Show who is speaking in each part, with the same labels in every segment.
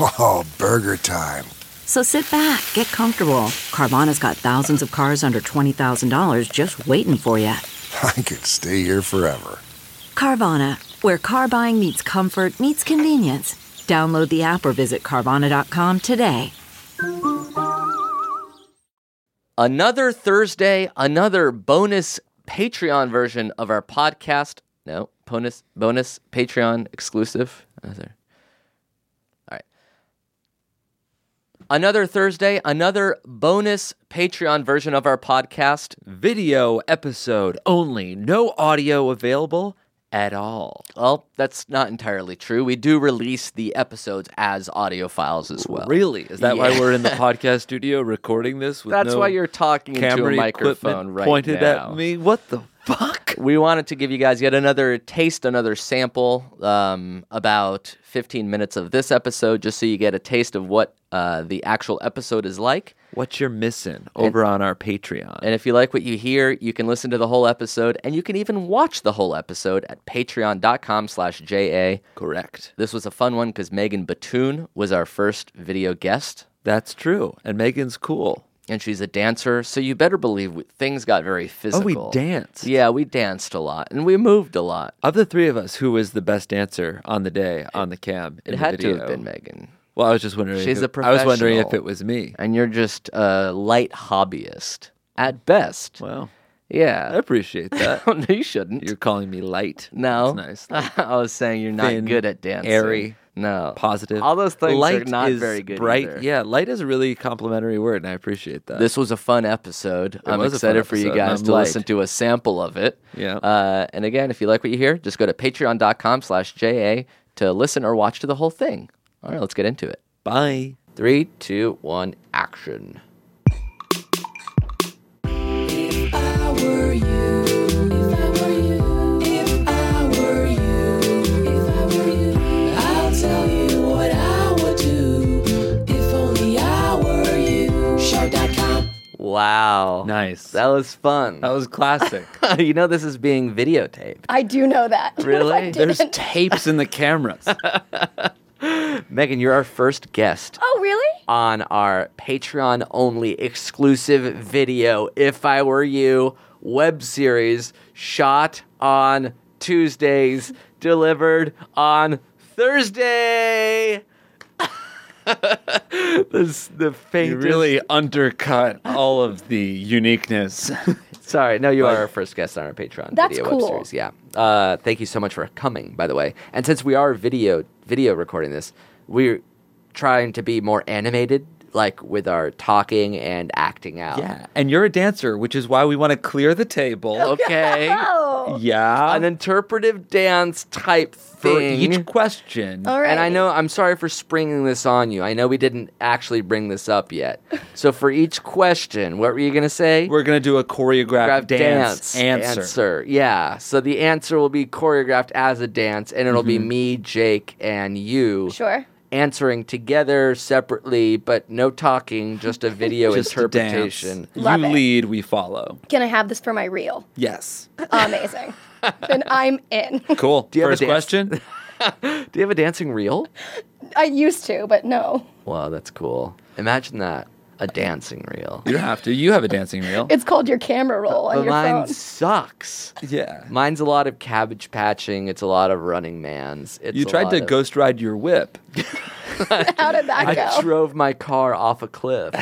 Speaker 1: Oh, burger time.
Speaker 2: So sit back, get comfortable. Carvana's got thousands of cars under $20,000 just waiting for you.
Speaker 1: I could stay here forever.
Speaker 2: Carvana, where car buying meets comfort, meets convenience. Download the app or visit Carvana.com today.
Speaker 3: another Thursday, another bonus Patreon version of our podcast. No, bonus, bonus Patreon exclusive. Another- All right. Another Thursday, another bonus Patreon version of our podcast. Video episode only, no audio available at all. Well, that's not entirely true. We do release the episodes as audio files as well.
Speaker 4: Really? Is that
Speaker 3: Yeah.
Speaker 4: why we're in the podcast studio recording this? With
Speaker 3: That's
Speaker 4: no
Speaker 3: why you're talking into a
Speaker 4: camera equipment
Speaker 3: microphone right
Speaker 4: pointed
Speaker 3: now.
Speaker 4: at me. What the fuck?
Speaker 3: we wanted to give you guys yet another taste, another sample, um, about 15 minutes of this episode, just so you get a taste of what uh, the actual episode is like.
Speaker 4: What you're missing over on our Patreon?
Speaker 3: And if you like what you hear, you can listen to the whole episode, and you can even watch the whole episode at patreon.com slash JA.
Speaker 4: Correct.
Speaker 3: This was a fun one because Megan Batoon was our first video guest,
Speaker 4: That's true. And Megan's cool.
Speaker 3: and she's a dancer, so you better believe we, things got very
Speaker 4: Oh,
Speaker 3: physical.
Speaker 4: we danced.
Speaker 3: Yeah, we danced a lot, and we moved a lot.
Speaker 4: Of the three of us, who was the best dancer on the day on the cam? In
Speaker 3: It
Speaker 4: the
Speaker 3: had to have
Speaker 4: video?
Speaker 3: been Megan.
Speaker 4: Well, I was just wondering.
Speaker 3: She's
Speaker 4: if it-
Speaker 3: a
Speaker 4: I was wondering if
Speaker 3: professional.
Speaker 4: it was me.
Speaker 3: and you're just a light hobbyist at best.
Speaker 4: Wow. I
Speaker 3: Yeah.
Speaker 4: appreciate that.
Speaker 3: no, you shouldn't.
Speaker 4: you're calling me light.
Speaker 3: no.
Speaker 4: That's nice.
Speaker 3: I was saying you're not
Speaker 4: Thin,
Speaker 3: good at dancing.
Speaker 4: airy,
Speaker 3: No.
Speaker 4: Positive.
Speaker 3: All those things
Speaker 4: light
Speaker 3: are not
Speaker 4: is
Speaker 3: very good.
Speaker 4: Bright.
Speaker 3: either.
Speaker 4: Yeah, light is a really complimentary word, and I appreciate that.
Speaker 3: This was a fun episode. I'm
Speaker 4: was a fun
Speaker 3: excited for you
Speaker 4: episode, and
Speaker 3: guys
Speaker 4: I'm
Speaker 3: to
Speaker 4: light.
Speaker 3: listen to a sample of it.
Speaker 4: Yeah.
Speaker 3: Uh, and again, if you like what you hear, just go to patreon.com slash JA to listen or watch to the whole thing. All right, let's get into it.
Speaker 4: Bye.
Speaker 3: Three, two, one, action. Wow.
Speaker 4: Nice.
Speaker 3: That was fun.
Speaker 4: That was classic.
Speaker 3: you know this is being videotaped.
Speaker 5: I do know that.
Speaker 3: Really?
Speaker 4: There's tapes in the cameras.
Speaker 3: Megan, you're our first guest
Speaker 5: oh, really?
Speaker 3: on our Patreon only exclusive video, If I Were You web series, shot on Tuesdays, delivered on Thursday. this, the
Speaker 4: You
Speaker 3: faintest.
Speaker 4: really undercut all of the uniqueness.
Speaker 3: Sorry, no, you are our first guest on our Patreon
Speaker 5: That's
Speaker 3: video
Speaker 5: cool.
Speaker 3: web series. Yeah. Uh, thank you so much for coming, by the way. And since we are video video recording this, we're trying to be more animated, like with our talking and acting out.
Speaker 4: yeah. And you're a dancer, which is why we want to clear the table.
Speaker 3: Okay.
Speaker 5: Oh,
Speaker 4: Yeah.
Speaker 3: An interpretive dance type
Speaker 4: for
Speaker 3: thing.
Speaker 4: each question.
Speaker 5: all right.
Speaker 3: And I know I'm sorry for springing this on you. I know we didn't actually bring this up yet. So for each question, what were you gonna say?
Speaker 4: We're going to do a choreographed
Speaker 3: choreographed
Speaker 4: dance, answer.
Speaker 3: Uh, Yeah. So the answer will be choreographed as a dance, and it'll
Speaker 4: Mm-hmm.
Speaker 3: be me, Jake, and you
Speaker 5: Sure.
Speaker 3: answering together separately, but no talking, just a video
Speaker 4: Just a dance.
Speaker 3: interpretation.
Speaker 5: Love
Speaker 4: you
Speaker 5: it.
Speaker 4: lead, we follow.
Speaker 5: Can I have this for my reel?
Speaker 4: Yes.
Speaker 5: Amazing. then I'm in.
Speaker 4: Cool.
Speaker 3: you have a
Speaker 4: First
Speaker 3: dance?
Speaker 4: question.
Speaker 3: Do you have a dancing reel?
Speaker 5: I used to, but no.
Speaker 3: Wow, that's cool. Imagine that a dancing reel.
Speaker 4: You don't have to. You have a dancing reel.
Speaker 5: It's called your camera roll on
Speaker 3: But
Speaker 5: your
Speaker 3: mine
Speaker 5: phone.
Speaker 3: sucks.
Speaker 4: yeah.
Speaker 3: Mine's a lot of cabbage patching. It's a lot of running man's. It's
Speaker 4: You
Speaker 3: a
Speaker 4: tried
Speaker 3: lot
Speaker 4: to
Speaker 3: of-
Speaker 4: ghost ride your whip.
Speaker 5: How did that
Speaker 3: I
Speaker 5: go?
Speaker 3: drove my car off a cliff.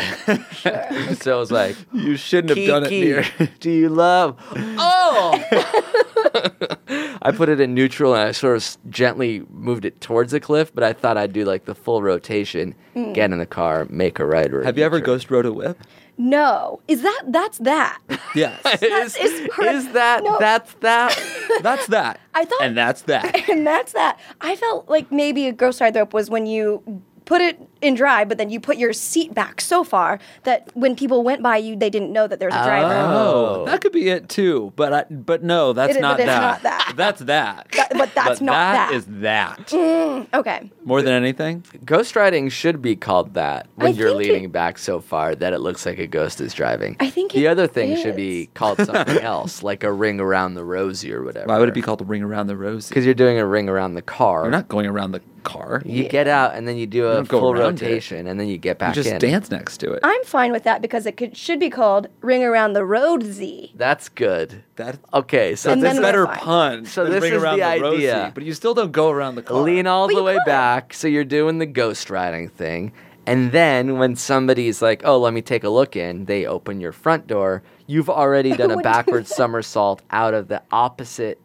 Speaker 3: so I was like,
Speaker 4: You shouldn't have done it
Speaker 3: Kiki,
Speaker 4: near.
Speaker 3: do you love? Oh! I put it in neutral and I sort of s- gently moved it towards the cliff, but I thought I'd do like the full rotation,
Speaker 5: Mm.
Speaker 3: get in the car, make a right. Or a
Speaker 4: Have you ever
Speaker 3: U-turn.
Speaker 4: ghost rode a whip?
Speaker 5: no. Is that that's that?
Speaker 4: Yes.
Speaker 3: Is,
Speaker 5: is per-
Speaker 3: is that
Speaker 5: No.
Speaker 3: that's that?
Speaker 4: that's that.
Speaker 5: I thought-
Speaker 4: And that's that.
Speaker 5: and that's that. I felt like maybe a ghost ride rope was when you put it in dry, but then you put your seat back so far that when people went by you, they didn't know that there was a driver.
Speaker 4: Oh, that could be it too. But I, but no, that's
Speaker 5: It is-
Speaker 4: not,
Speaker 5: but it's
Speaker 4: that.
Speaker 5: not that.
Speaker 4: That's that.
Speaker 5: but
Speaker 4: But
Speaker 5: that's not that. Mm.
Speaker 4: That is that.
Speaker 5: Okay.
Speaker 4: More than anything,
Speaker 3: Ghost riding should be called that when
Speaker 5: I
Speaker 3: you're
Speaker 5: think
Speaker 3: leaning
Speaker 5: it-
Speaker 3: back so far that it looks like a ghost is driving.
Speaker 5: I think
Speaker 3: the
Speaker 5: it
Speaker 3: other thing should
Speaker 5: is.
Speaker 3: be called something else, like a ring around the rosy or whatever.
Speaker 4: why would it be called the ring around the rosy?
Speaker 3: Because you're doing a ring around the car.
Speaker 4: You're not going around the car.
Speaker 3: You get out and then you do a
Speaker 4: don't go
Speaker 3: full
Speaker 4: around it.
Speaker 3: rotation and then you get
Speaker 4: You
Speaker 3: back
Speaker 4: just
Speaker 3: in.
Speaker 4: dance next to it.
Speaker 5: I'm fine with that because it could, should be called Ring Around the Road Z.
Speaker 3: That's good.
Speaker 4: That-
Speaker 3: okay, so
Speaker 5: And
Speaker 3: this
Speaker 4: That's
Speaker 5: then
Speaker 4: a
Speaker 5: we're
Speaker 4: better
Speaker 5: fine.
Speaker 4: pun.
Speaker 3: So
Speaker 4: than
Speaker 3: this
Speaker 4: ring
Speaker 3: is
Speaker 4: around
Speaker 3: the
Speaker 4: rosy,
Speaker 3: idea.
Speaker 4: but you still don't go around the car.
Speaker 3: lean all
Speaker 5: But
Speaker 3: the
Speaker 5: you
Speaker 3: way
Speaker 5: could.
Speaker 3: back. So you're doing the ghost riding thing. And then when somebody's like, oh, let me take a look in, they open your front door. You've already done a
Speaker 5: wouldn't do
Speaker 3: backward somersault out of the opposite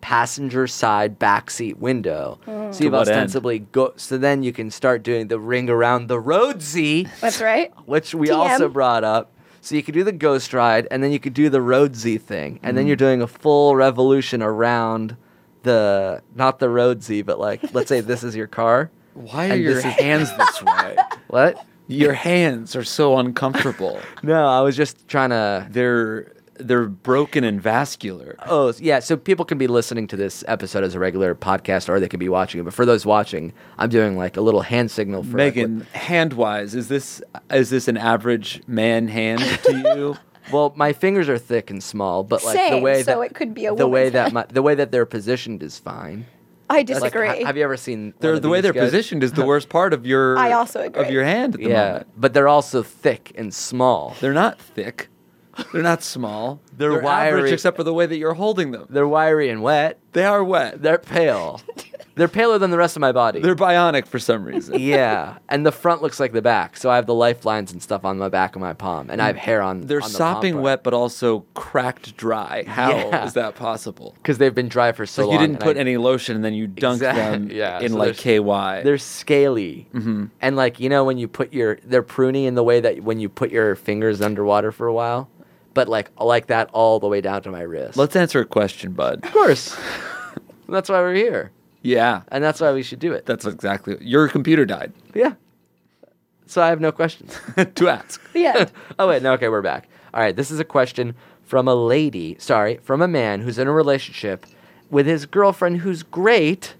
Speaker 3: passenger side backseat window.
Speaker 5: Oh.
Speaker 3: So you've
Speaker 4: what end?
Speaker 3: ostensibly go. So then you can start doing the ring around the road Z.
Speaker 5: That's right.
Speaker 3: which we
Speaker 5: TM.
Speaker 3: also brought up. So you could do the ghost ride, and then you could do the roadsy thing, and
Speaker 5: Mm-hmm.
Speaker 3: then you're doing a full revolution around the not the roadsy, but like let's say this is your car.
Speaker 4: Why are
Speaker 3: And
Speaker 4: your
Speaker 3: this is-
Speaker 4: hands this way?
Speaker 3: What?
Speaker 4: Your hands are so uncomfortable.
Speaker 3: No, I was just trying to.
Speaker 4: They're they're broken and vascular.
Speaker 3: Oh yeah, so people can be listening to this episode as a regular podcast, or they can be watching it. But for those watching, I'm doing like a little hand signal for like,
Speaker 4: Megan, hand wise, is this is this an average man hand to you?
Speaker 3: what- well, my fingers are thick and small, but like the
Speaker 5: Same,
Speaker 3: way
Speaker 5: so
Speaker 3: that
Speaker 5: it could be a
Speaker 3: the way
Speaker 5: woman's
Speaker 3: that my, the way that they're positioned is fine.
Speaker 5: I
Speaker 3: Like,
Speaker 5: disagree.
Speaker 3: ha- have you ever seen one
Speaker 4: They're,
Speaker 3: of
Speaker 4: the way
Speaker 3: these
Speaker 4: they're
Speaker 3: guys?
Speaker 4: positioned is the worst part of your
Speaker 5: I also agree.
Speaker 4: of your hand at the
Speaker 3: yeah,
Speaker 4: moment.
Speaker 3: but they're also thick and small.
Speaker 4: They're not thick. They're not small.
Speaker 3: They're
Speaker 4: average
Speaker 3: wiry.
Speaker 4: except for the way that you're holding them.
Speaker 3: They're wiry and wet.
Speaker 4: They are wet.
Speaker 3: They're pale. they're paler than the rest of my body.
Speaker 4: They're bionic for some reason.
Speaker 3: yeah, and the front looks like the back. So I have the lifelines and stuff on my back and my palm, and I have hair on.
Speaker 4: They're sopping wet, but also cracked dry. How is
Speaker 3: Yeah.
Speaker 4: that possible?
Speaker 3: because they've been dry for so
Speaker 4: Like
Speaker 3: long.
Speaker 4: you didn't
Speaker 3: and
Speaker 4: put
Speaker 3: I-
Speaker 4: any lotion and then you dunked
Speaker 3: Exact-
Speaker 4: them
Speaker 3: yeah,
Speaker 4: in
Speaker 3: so
Speaker 4: like
Speaker 3: they're-
Speaker 4: KY.
Speaker 3: They're scaly, mm-hmm. and like you know when you put your they're pruny in the way that when you put your fingers underwater for a while, but like like that all the way down to my wrist.
Speaker 4: Let's answer a question, bud.
Speaker 3: of course. that's why we're here,
Speaker 4: Yeah,
Speaker 3: and that's why we should do it.
Speaker 4: that's exactly. Your computer died.
Speaker 3: Yeah. So I have no questions.
Speaker 4: to ask.
Speaker 5: the end.
Speaker 3: oh wait, no, okay, we're back. All right, this is a question from a lady, sorry, from a man who's in a relationship with his girlfriend who's great,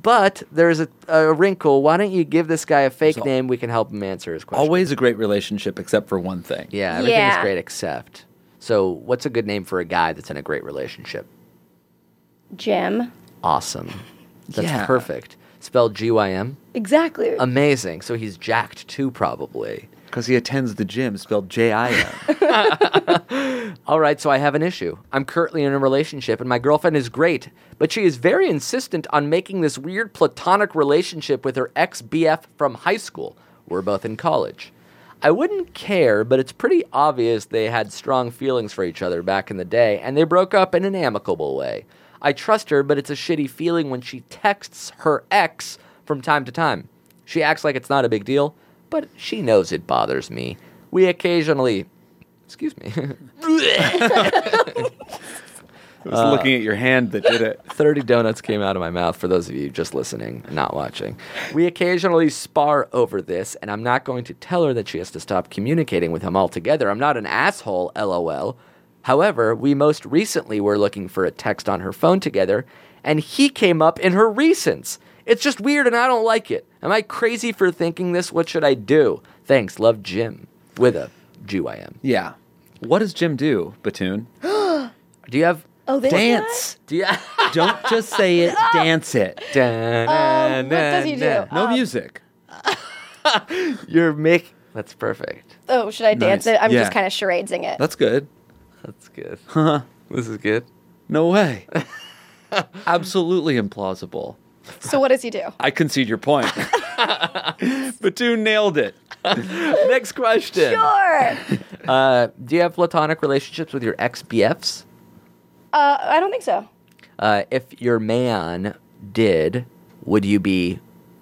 Speaker 3: but there's a, a wrinkle. Why don't you give this guy a fake name? We can help him answer his question.
Speaker 4: Always a great relationship, except for one thing.
Speaker 3: Yeah, everything is
Speaker 5: Yeah.
Speaker 3: great except. So, what's a good name for a guy that's in a great relationship?
Speaker 5: Jim.
Speaker 3: Awesome. That's
Speaker 4: Yeah.
Speaker 3: perfect. Spelled G Y M.
Speaker 5: Exactly.
Speaker 3: Um, Amazing. So he's jacked too, probably.
Speaker 4: Because he attends the gym, spelled J I M.
Speaker 3: All right, so I have an issue. I'm currently in a relationship, and my girlfriend is great, but she is very insistent on making this weird platonic relationship with her ex BF from high school. We're both in college. I wouldn't care, but it's pretty obvious they had strong feelings for each other back in the day, and they broke up in an amicable way. I trust her, but it's a shitty feeling when she texts her ex from time to time. She acts like it's not a big deal, but she knows it bothers me. We occasionally. Excuse me.
Speaker 4: I was looking at your hand that did it.
Speaker 3: 30 donuts came out of my mouth for those of you just listening and not watching. We occasionally spar over this, and I'm not going to tell her that she has to stop communicating with him altogether. I'm not an asshole, lol. However, we most recently were looking for a text on her phone together, and he came up in her recents. It's just weird, and I don't like it. Am I crazy for thinking this? What should I do? Thanks, love Jim. With a GYM.
Speaker 4: Yeah. What does Jim do, Batoon?
Speaker 3: Do you have.
Speaker 5: oh, this
Speaker 4: Dance.
Speaker 3: Do you.
Speaker 4: Don't just say it, dance it.
Speaker 5: Guy? Um, what does he do?
Speaker 4: No
Speaker 5: Uh,
Speaker 4: music.
Speaker 3: You're making. That's perfect.
Speaker 5: oh, should I dance
Speaker 4: Nice.
Speaker 5: it? I'm
Speaker 4: Yeah.
Speaker 5: just kind of charadesing it.
Speaker 4: That's good.
Speaker 3: That's good.
Speaker 4: Uh-huh.
Speaker 3: This is good.
Speaker 4: No way. Absolutely implausible.
Speaker 5: So what does he do?
Speaker 4: I concede your point. Batoon nailed it.
Speaker 3: Next question.
Speaker 5: Sure.
Speaker 3: Uh, do you have platonic relationships with your ex BFs?
Speaker 5: Uh, I don't think so.
Speaker 3: Uh, if your man did, would you be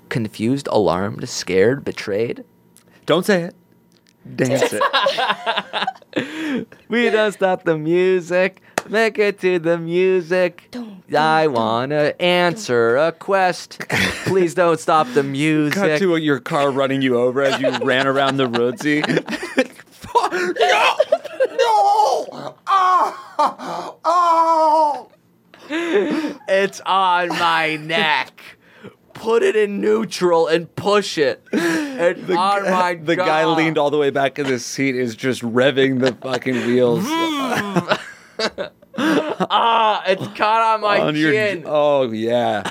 Speaker 3: confused, alarmed, scared, betrayed?
Speaker 4: Don't say it. Dance it.
Speaker 3: We don't stop the music. Make it to the music. I wanna answer a quest. Please don't stop the music.
Speaker 4: Cut to your car running you over as you ran around the roadsy.
Speaker 1: No! Oh, Ah! Oh!
Speaker 3: It's on my neck. Put it in neutral and push it. It's on Oh my
Speaker 4: the guy
Speaker 3: jaw.
Speaker 4: leaned all the way back in his seat is just revving the fucking wheels
Speaker 3: Ah, it's caught on my
Speaker 4: on your.
Speaker 3: chin.
Speaker 4: Oh yeah,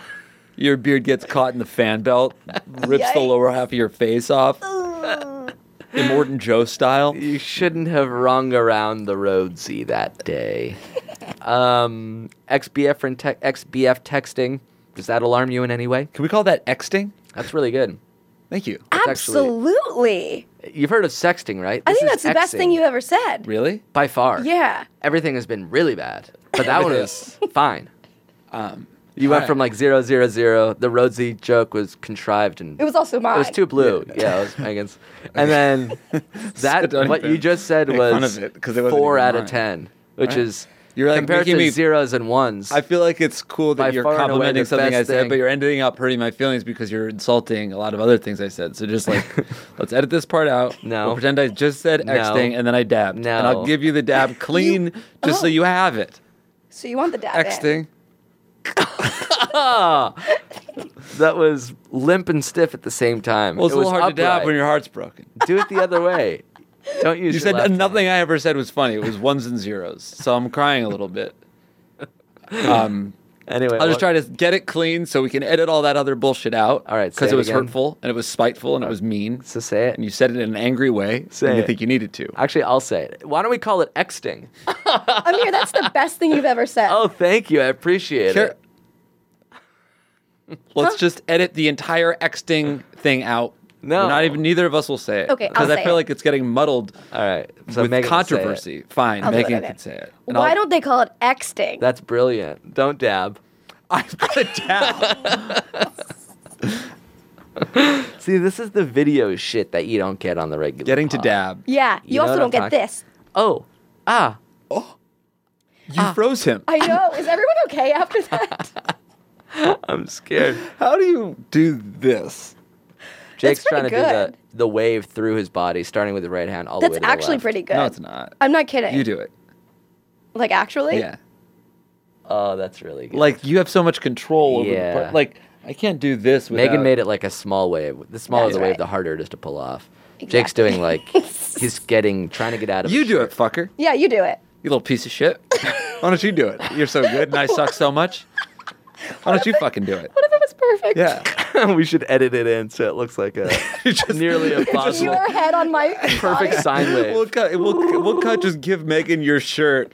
Speaker 4: your beard gets caught in the fan belt, rips the lower half of your face off. Immortan Joe style.
Speaker 3: You shouldn't have rung around the roadsy that day. Um, XBF and te- XBF texting. Does that alarm you in any way?
Speaker 4: Can we call that exting?
Speaker 3: That's really good.
Speaker 4: Thank you.
Speaker 3: actually-
Speaker 5: Absolutely.
Speaker 3: You've heard of sexting, right?
Speaker 5: I
Speaker 3: This
Speaker 5: think
Speaker 3: is
Speaker 5: that's the best
Speaker 3: exing.
Speaker 5: thing you ever said.
Speaker 4: Really?
Speaker 3: by far.
Speaker 5: Yeah.
Speaker 3: Everything has been really bad, but that one was fine.
Speaker 4: Um,
Speaker 3: you went
Speaker 4: alright.
Speaker 3: from like zero zero zero. The Rhodesy joke was contrived and
Speaker 5: It was also mine.
Speaker 3: it was too blue. Yeah, it was Megan's. And then that
Speaker 4: don't
Speaker 3: what you
Speaker 4: even
Speaker 3: just said
Speaker 4: make fun
Speaker 3: was
Speaker 4: of it, 'cause it wasn't
Speaker 3: four
Speaker 4: even
Speaker 3: out of
Speaker 4: mine.
Speaker 3: ten, which is
Speaker 4: You're, like,
Speaker 3: compared to
Speaker 4: making me-
Speaker 3: zeros and ones.
Speaker 4: I feel like it's cool that
Speaker 3: By
Speaker 4: you're
Speaker 3: far and away
Speaker 4: complimenting
Speaker 3: the
Speaker 4: something I
Speaker 3: best
Speaker 4: said,
Speaker 3: thing.
Speaker 4: but you're ending up hurting my feelings because you're insulting a lot of other things I said. So just like, let's edit this part out.
Speaker 3: No.
Speaker 4: We'll pretend I just said
Speaker 3: No.
Speaker 4: X thing and then I dabbed. And
Speaker 3: No.
Speaker 4: I'll give you the dab clean just so
Speaker 5: oh.
Speaker 4: you have it.
Speaker 5: so you want the dab
Speaker 4: X
Speaker 5: in.
Speaker 4: thing.
Speaker 3: that was limp and stiff at the same time.
Speaker 4: Well, it's
Speaker 3: it
Speaker 4: a
Speaker 3: was
Speaker 4: little hard to dab when your heart's broken.
Speaker 3: do it the other way. Don't use
Speaker 4: You
Speaker 3: your left
Speaker 4: said
Speaker 3: hand.
Speaker 4: nothing I ever said was funny. It was ones and zeros. So I'm crying a little bit. Um,
Speaker 3: Anyway,
Speaker 4: I'll just
Speaker 3: well-
Speaker 4: try to get it clean so we can edit all that other bullshit out.
Speaker 3: All right, say
Speaker 4: Because
Speaker 3: it
Speaker 4: it was
Speaker 3: again.
Speaker 4: hurtful and it was spiteful and it was mean.
Speaker 3: So say it.
Speaker 4: And you said it in an angry way.
Speaker 3: Say
Speaker 4: and you
Speaker 3: it.
Speaker 4: think you needed to.
Speaker 3: Actually, I'll say it. Why don't we call it exting?
Speaker 5: Amir, that's the best thing you've ever said.
Speaker 3: Oh, thank you. I appreciate
Speaker 4: Sure.
Speaker 3: it.
Speaker 4: Let's just edit the entire exting thing out.
Speaker 3: No.
Speaker 4: We're not even neither of us will say it.
Speaker 5: Okay, I'll
Speaker 4: because I
Speaker 5: say
Speaker 4: feel
Speaker 5: it.
Speaker 4: like it's getting muddled
Speaker 3: All right. So
Speaker 4: with
Speaker 3: Megan will say it.
Speaker 4: controversy. Fine,
Speaker 5: I'll do it,
Speaker 4: Megan
Speaker 5: okay.
Speaker 4: can say it. And
Speaker 5: Why
Speaker 4: I'll-
Speaker 5: don't they call it Xting?
Speaker 3: That's brilliant. Don't dab.
Speaker 4: I've got a dab?
Speaker 3: See, this is the video shit that you don't get on the regular.
Speaker 4: Getting to
Speaker 3: pod.
Speaker 4: dab.
Speaker 5: yeah, you,
Speaker 3: You know
Speaker 5: also
Speaker 3: what
Speaker 5: don't
Speaker 3: I'm
Speaker 5: get
Speaker 3: talking-
Speaker 5: this.
Speaker 3: Oh, ah,
Speaker 4: You froze him.
Speaker 5: I know. Is everyone okay after that?
Speaker 3: I'm scared.
Speaker 4: How do you do this?
Speaker 3: Jake's trying to
Speaker 5: pretty
Speaker 3: do
Speaker 5: good.
Speaker 3: the, the wave through his body, starting with the right hand all the
Speaker 5: That's
Speaker 3: way to
Speaker 5: actually
Speaker 3: the left.
Speaker 5: pretty good.
Speaker 4: No, it's not.
Speaker 5: I'm not kidding.
Speaker 4: You do it.
Speaker 5: Like actually?
Speaker 4: Yeah.
Speaker 3: Oh, that's really good.
Speaker 4: Like you have so much control over the
Speaker 3: Yeah.
Speaker 4: part. Like I can't do this without
Speaker 3: Megan made it like a small wave. The smaller
Speaker 5: That's
Speaker 3: the wave,
Speaker 5: right.
Speaker 3: the harder it is to pull off. Jake's doing like he's getting trying to get out of.
Speaker 4: You
Speaker 3: his
Speaker 4: do
Speaker 3: shirt.
Speaker 4: it, fucker.
Speaker 5: Yeah, you do it.
Speaker 4: You little piece of shit. Why don't you do it? You're so good and I suck so much. Why don't you fucking do it?
Speaker 5: What if it was perfect?
Speaker 4: Yeah.
Speaker 3: we should edit it in so it looks like a nearly impossible
Speaker 5: Your head on my
Speaker 3: perfect
Speaker 5: body.
Speaker 3: sine wave.
Speaker 4: We'll cut. We'll, we'll cut. Just give Megan your shirt.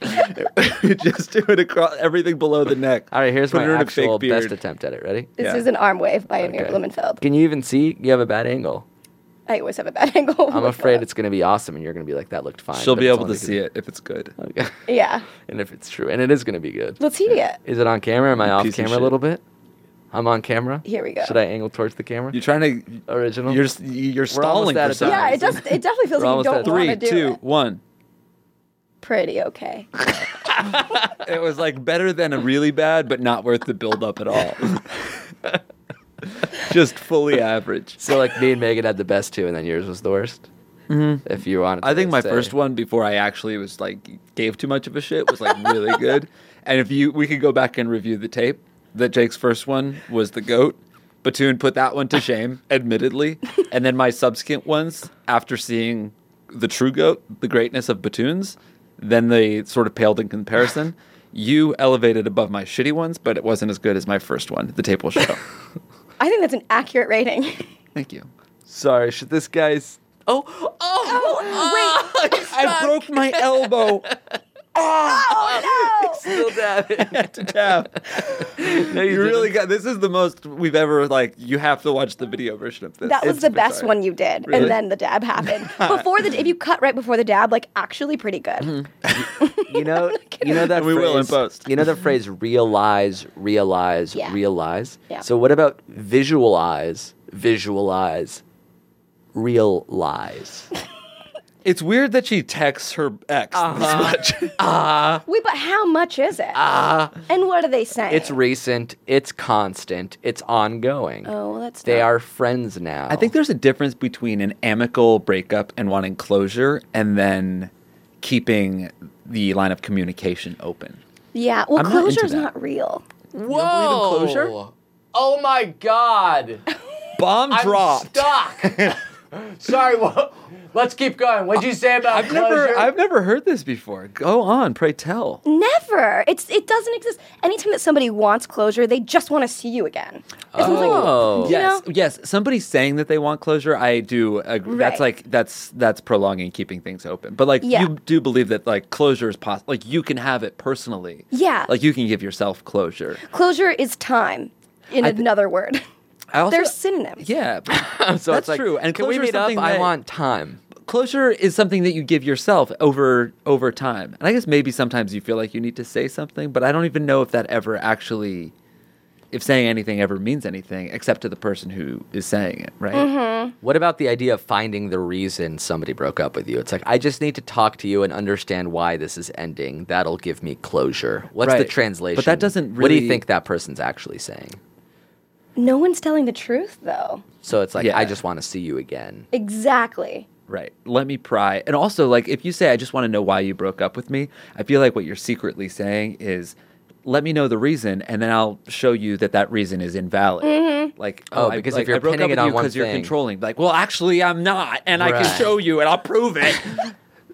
Speaker 4: just do it across everything below the neck.
Speaker 3: All right, here's
Speaker 4: Put
Speaker 3: my
Speaker 4: her in a fake
Speaker 3: actual
Speaker 4: beard.
Speaker 3: best attempt at it. Ready?
Speaker 5: This
Speaker 4: Yeah.
Speaker 5: is an arm wave by Amir
Speaker 3: Okay.
Speaker 5: Blumenfeld.
Speaker 3: Can you even see? You have a bad angle.
Speaker 5: I always have a bad angle.
Speaker 3: I'm afraid it's going to be awesome, and you're going to be like, "That looked fine."
Speaker 4: She'll
Speaker 3: but
Speaker 4: be
Speaker 3: it's
Speaker 4: able
Speaker 3: only
Speaker 4: to see it if it's good.
Speaker 3: gonna-
Speaker 5: Yeah.
Speaker 3: and if it's true, and it is going to be good.
Speaker 5: Let's hear it.
Speaker 3: Is it on camera? Am I
Speaker 4: You
Speaker 3: off
Speaker 4: piece of
Speaker 3: camera a
Speaker 4: shit.
Speaker 3: little bit? I'm on camera.
Speaker 5: Here we go.
Speaker 3: Should I angle towards the camera?
Speaker 4: You're trying to.
Speaker 3: Original.
Speaker 4: You're s- you're
Speaker 3: uh, almost
Speaker 4: stalling
Speaker 3: out of
Speaker 4: for
Speaker 3: time.
Speaker 4: something.
Speaker 5: Yeah, it does. It definitely feels
Speaker 3: We're
Speaker 5: like
Speaker 3: almost
Speaker 5: you
Speaker 3: at
Speaker 5: don't
Speaker 4: Three,
Speaker 5: want to do
Speaker 4: two,
Speaker 5: it.
Speaker 4: one.
Speaker 5: Pretty okay.
Speaker 4: It was like better than a really bad, but not worth the build up at all. just fully average.
Speaker 3: So like me and Megan had the best two, and then yours was the worst. Mm-hmm. If you wanted,
Speaker 4: I
Speaker 3: to
Speaker 4: think my
Speaker 3: say.
Speaker 4: first one before I actually was like gave too much of a shit was like really good. And if you we could go back and review the tape that Jake's first one was the goat. Batoon put that one to shame, admittedly. And then my subsequent ones, after seeing the true goat, the greatness of Batoon's, then they sort of paled in comparison. You elevated above my shitty ones, but it wasn't as good as my first one. The tape will show.
Speaker 5: I think that's an accurate rating.
Speaker 4: Thank you.
Speaker 3: Sorry, should this guy's? Oh, oh,
Speaker 4: I broke my elbow.
Speaker 5: oh no!
Speaker 3: still tap it.
Speaker 4: to tap.
Speaker 3: No, you
Speaker 4: You really
Speaker 3: didn't.
Speaker 4: got this is the most we've ever like you have to watch the video version of this.
Speaker 5: That was
Speaker 4: It's
Speaker 5: the best
Speaker 4: bizarre.
Speaker 5: one you did,
Speaker 4: Really?
Speaker 5: and then the dab happened. Before the, if you cut right before the dab, like actually pretty good.
Speaker 3: Mm-hmm. You know, you know that
Speaker 4: We
Speaker 3: phrase,
Speaker 4: will in post.
Speaker 3: You know the phrase realize, realize,
Speaker 5: Yeah.
Speaker 3: realize.
Speaker 5: Yeah.
Speaker 3: So what about visualize, visualize, realize?
Speaker 4: It's weird that she texts her ex this much.
Speaker 5: Wait, but how much is it? and what are they saying?
Speaker 3: Ah. It's recent, it's constant, it's ongoing.
Speaker 5: oh, well, that's
Speaker 3: They
Speaker 5: not-
Speaker 3: are friends now.
Speaker 4: I think there's a difference between an amicable breakup and wanting closure and then keeping the line of communication open.
Speaker 5: Yeah, well,
Speaker 4: I'm not into
Speaker 5: closure's
Speaker 4: that.
Speaker 5: not real.
Speaker 3: Whoa!
Speaker 4: closure?
Speaker 3: Oh my God!
Speaker 4: Bomb
Speaker 3: I'm
Speaker 4: dropped.
Speaker 3: stuck. Sorry. Well, let's keep going. What'd you say about
Speaker 4: I've never I've never heard this before. Go on, pray tell.
Speaker 5: Never. It's it doesn't exist. Anytime that somebody wants closure, they just want to see you again. It sounds like-
Speaker 3: Oh.
Speaker 5: you
Speaker 4: Yes,
Speaker 5: know?
Speaker 4: yes. Somebody saying that they want closure, I do. Agree. That's
Speaker 5: Right.
Speaker 4: like that's that's prolonging, keeping things open. But like
Speaker 5: Yeah.
Speaker 4: you do believe that like closure is possible. Like you can have it personally.
Speaker 5: Yeah.
Speaker 4: Like you can give yourself closure.
Speaker 5: Closure is time, in another word.
Speaker 4: I also,
Speaker 5: They're synonyms.
Speaker 4: yeah.
Speaker 3: So
Speaker 4: that's
Speaker 3: it's like,
Speaker 4: true. And
Speaker 3: can we
Speaker 4: closure is
Speaker 3: meet up?
Speaker 4: something
Speaker 3: I
Speaker 4: that-
Speaker 3: want time.
Speaker 4: closure is something that you give yourself over over time. And I guess maybe sometimes you feel like you need to say something, but I don't even know if that ever actually. If saying anything ever means anything, except to the person who is saying it, right?
Speaker 3: What about the idea of finding the reason somebody broke up with you? It's like I just need to talk to you and understand why this is ending. That'll give me closure. What's the
Speaker 4: Right.
Speaker 3: translation?
Speaker 4: But that doesn't
Speaker 3: What do you
Speaker 4: really-
Speaker 3: think that person's actually saying?
Speaker 5: No one's telling the truth though.
Speaker 3: So it's like
Speaker 4: Yeah.
Speaker 3: I just want to see you again.
Speaker 5: Exactly.
Speaker 4: Right. Let me pry. And also, like, if you say, I just want to know why you broke up with me, I feel like what you're secretly saying is, let me know the reason, and then I'll show you that that reason is invalid. Like,
Speaker 3: Oh,
Speaker 4: I-
Speaker 3: because if
Speaker 4: like,
Speaker 3: you're
Speaker 4: I broke
Speaker 3: pinning it
Speaker 4: up with
Speaker 3: on
Speaker 4: you
Speaker 3: one
Speaker 4: you're
Speaker 3: thing.
Speaker 4: controlling. Like, well, actually, I'm not, and I
Speaker 3: Right.
Speaker 4: can show you, and I'll prove it.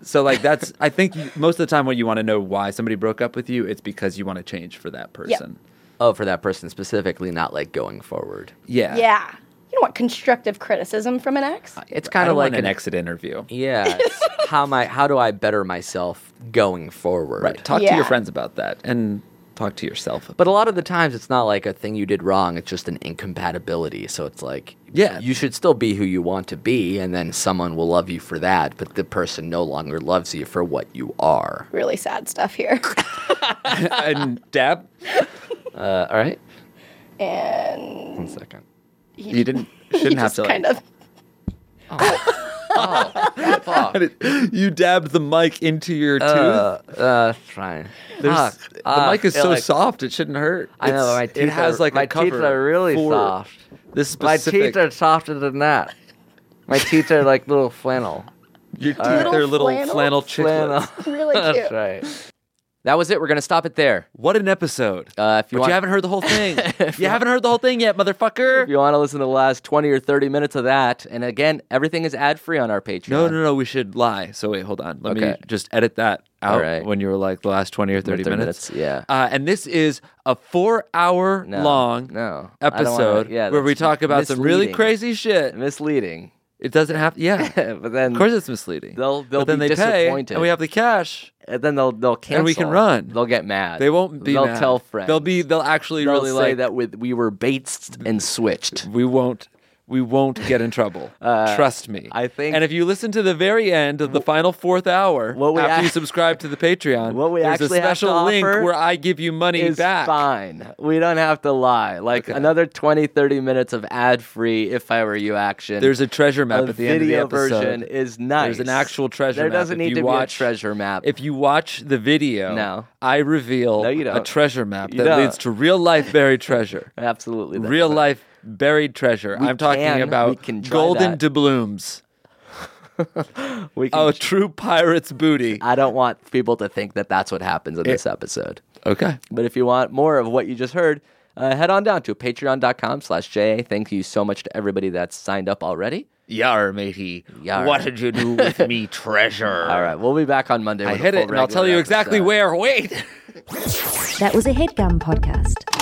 Speaker 4: so, like, that's I think you, most of the time when you want to know why somebody broke up with you, it's because you want to change for that person.
Speaker 3: Oh, for that person specifically, not like going forward.
Speaker 4: Yeah.
Speaker 5: Yeah. You don't want constructive criticism from an ex.
Speaker 3: It's
Speaker 4: I
Speaker 3: kind
Speaker 4: don't
Speaker 3: of like
Speaker 4: want an exit interview.
Speaker 3: Yeah. it's how my how do I better myself going forward?
Speaker 4: Right. Talk to
Speaker 5: Yeah.
Speaker 4: your friends about that, and talk to yourself. About
Speaker 3: But a lot of the times, it's not like a thing you did wrong. It's just an incompatibility. So it's like,
Speaker 4: Yeah.
Speaker 3: you should still be who you want to be, and then someone will love you for that. But the person no longer loves you for what you are.
Speaker 5: Really sad stuff here.
Speaker 4: and dab.
Speaker 3: Uh, all right.
Speaker 5: and
Speaker 3: One second.
Speaker 4: You didn't shouldn't
Speaker 5: he
Speaker 4: have
Speaker 5: just
Speaker 4: to.
Speaker 5: kind of
Speaker 3: Fuck.
Speaker 4: of. You dabbed the mic into your
Speaker 3: Uh, uh, fine.
Speaker 4: tooth. There's,
Speaker 3: Fuck.
Speaker 4: the
Speaker 3: Uh,
Speaker 4: mic is
Speaker 3: I
Speaker 4: so
Speaker 3: like-
Speaker 4: soft it shouldn't hurt.
Speaker 3: I know.
Speaker 4: It's-
Speaker 3: My
Speaker 4: it
Speaker 3: teeth
Speaker 4: has
Speaker 3: are-
Speaker 4: like
Speaker 3: my
Speaker 4: a
Speaker 3: teeth
Speaker 4: cover.
Speaker 3: are really
Speaker 4: for
Speaker 3: soft.
Speaker 4: This
Speaker 3: My teeth
Speaker 4: specific.
Speaker 3: are softer than that. My teeth are like little flannel.
Speaker 4: your teeth
Speaker 5: Little
Speaker 4: are little flannel,
Speaker 5: flannel-
Speaker 4: chiclets.
Speaker 5: really cute.
Speaker 3: That's right. That was it. We're gonna stop it there.
Speaker 4: What an episode!
Speaker 3: Uh, if you
Speaker 4: but
Speaker 3: want-
Speaker 4: you haven't heard the whole thing. you haven't heard the whole thing yet, motherfucker.
Speaker 3: If you want to listen to the last 20 or 30 minutes of that, and again, everything is ad free on our Patreon.
Speaker 4: No, no, no. We should lie. So wait, hold on. Let me
Speaker 3: Okay.
Speaker 4: just edit that
Speaker 3: All
Speaker 4: out
Speaker 3: right.
Speaker 4: when you were like the last twenty or thirty,
Speaker 3: 30
Speaker 4: minutes.
Speaker 3: minutes, yeah.
Speaker 4: Uh, and this is a four-hour
Speaker 3: No,
Speaker 4: long
Speaker 3: no. I don't wanna-
Speaker 4: episode
Speaker 3: yeah,
Speaker 4: where we
Speaker 3: that's
Speaker 4: talk about some really
Speaker 3: misleading.
Speaker 4: crazy shit.
Speaker 3: Misleading.
Speaker 4: It doesn't have. Yeah.
Speaker 3: but then,
Speaker 4: Of course, it's misleading.
Speaker 3: They'll- they'll
Speaker 4: but then
Speaker 3: be
Speaker 4: they pay,
Speaker 3: disappointed.
Speaker 4: and we have the cash.
Speaker 3: and then they'll they'll cancel.
Speaker 4: And we can run.
Speaker 3: They'll get mad.
Speaker 4: They won't be.
Speaker 3: Uh, They'll
Speaker 4: mad.
Speaker 3: tell friends.
Speaker 4: They'll be. They'll actually
Speaker 3: They'll
Speaker 4: really
Speaker 3: say
Speaker 4: like
Speaker 3: that with we were baited and switched.
Speaker 4: We won't. We won't get in trouble. Trust me.
Speaker 3: Uh, I think-
Speaker 4: And if you listen to the very end of the final fourth hour,
Speaker 3: What we
Speaker 4: after
Speaker 3: ac-
Speaker 4: you subscribe to the Patreon,
Speaker 3: What we
Speaker 4: there's
Speaker 3: actually
Speaker 4: a
Speaker 3: have to
Speaker 4: special link
Speaker 3: offer
Speaker 4: where I give you money
Speaker 3: It's
Speaker 4: back.
Speaker 3: fine. We don't have to lie. Like another 20, 30 minutes of ad free if I were you action.
Speaker 4: There's a treasure map
Speaker 3: A
Speaker 4: at the end of the
Speaker 3: video
Speaker 4: episode.
Speaker 3: version is nice.
Speaker 4: There's an actual treasure
Speaker 3: There
Speaker 4: map.
Speaker 3: doesn't
Speaker 4: If
Speaker 3: need
Speaker 4: you
Speaker 3: to be a
Speaker 4: watch,
Speaker 3: treasure map.
Speaker 4: If you watch the video,
Speaker 3: No.
Speaker 4: I reveal
Speaker 3: No, you
Speaker 4: a
Speaker 3: don't.
Speaker 4: treasure map
Speaker 3: You
Speaker 4: that
Speaker 3: don't.
Speaker 4: leads to real life buried treasure.
Speaker 3: Absolutely. that's
Speaker 4: real
Speaker 3: it.
Speaker 4: life buried treasure.
Speaker 3: We
Speaker 4: I'm talking
Speaker 3: can- we
Speaker 4: about
Speaker 3: can try
Speaker 4: golden
Speaker 3: that.
Speaker 4: doubloons.
Speaker 3: We can
Speaker 4: Oh, true pirate's booty.
Speaker 3: I don't want people to think that that's what happens in this episode.
Speaker 4: Okay.
Speaker 3: But if you want more of what you just heard, uh, head on down to patreon.com slash JA. Thank you so much to everybody that's signed up already.
Speaker 4: Yar, matey.
Speaker 3: Yar.
Speaker 4: What did you do with me, treasure?
Speaker 3: All right, we'll be back on Monday.
Speaker 4: I
Speaker 3: with a
Speaker 4: hit
Speaker 3: full
Speaker 4: it, and I'll tell
Speaker 3: regular
Speaker 4: you exactly
Speaker 3: episode.
Speaker 4: where. Wait.
Speaker 6: That was a headgum podcast.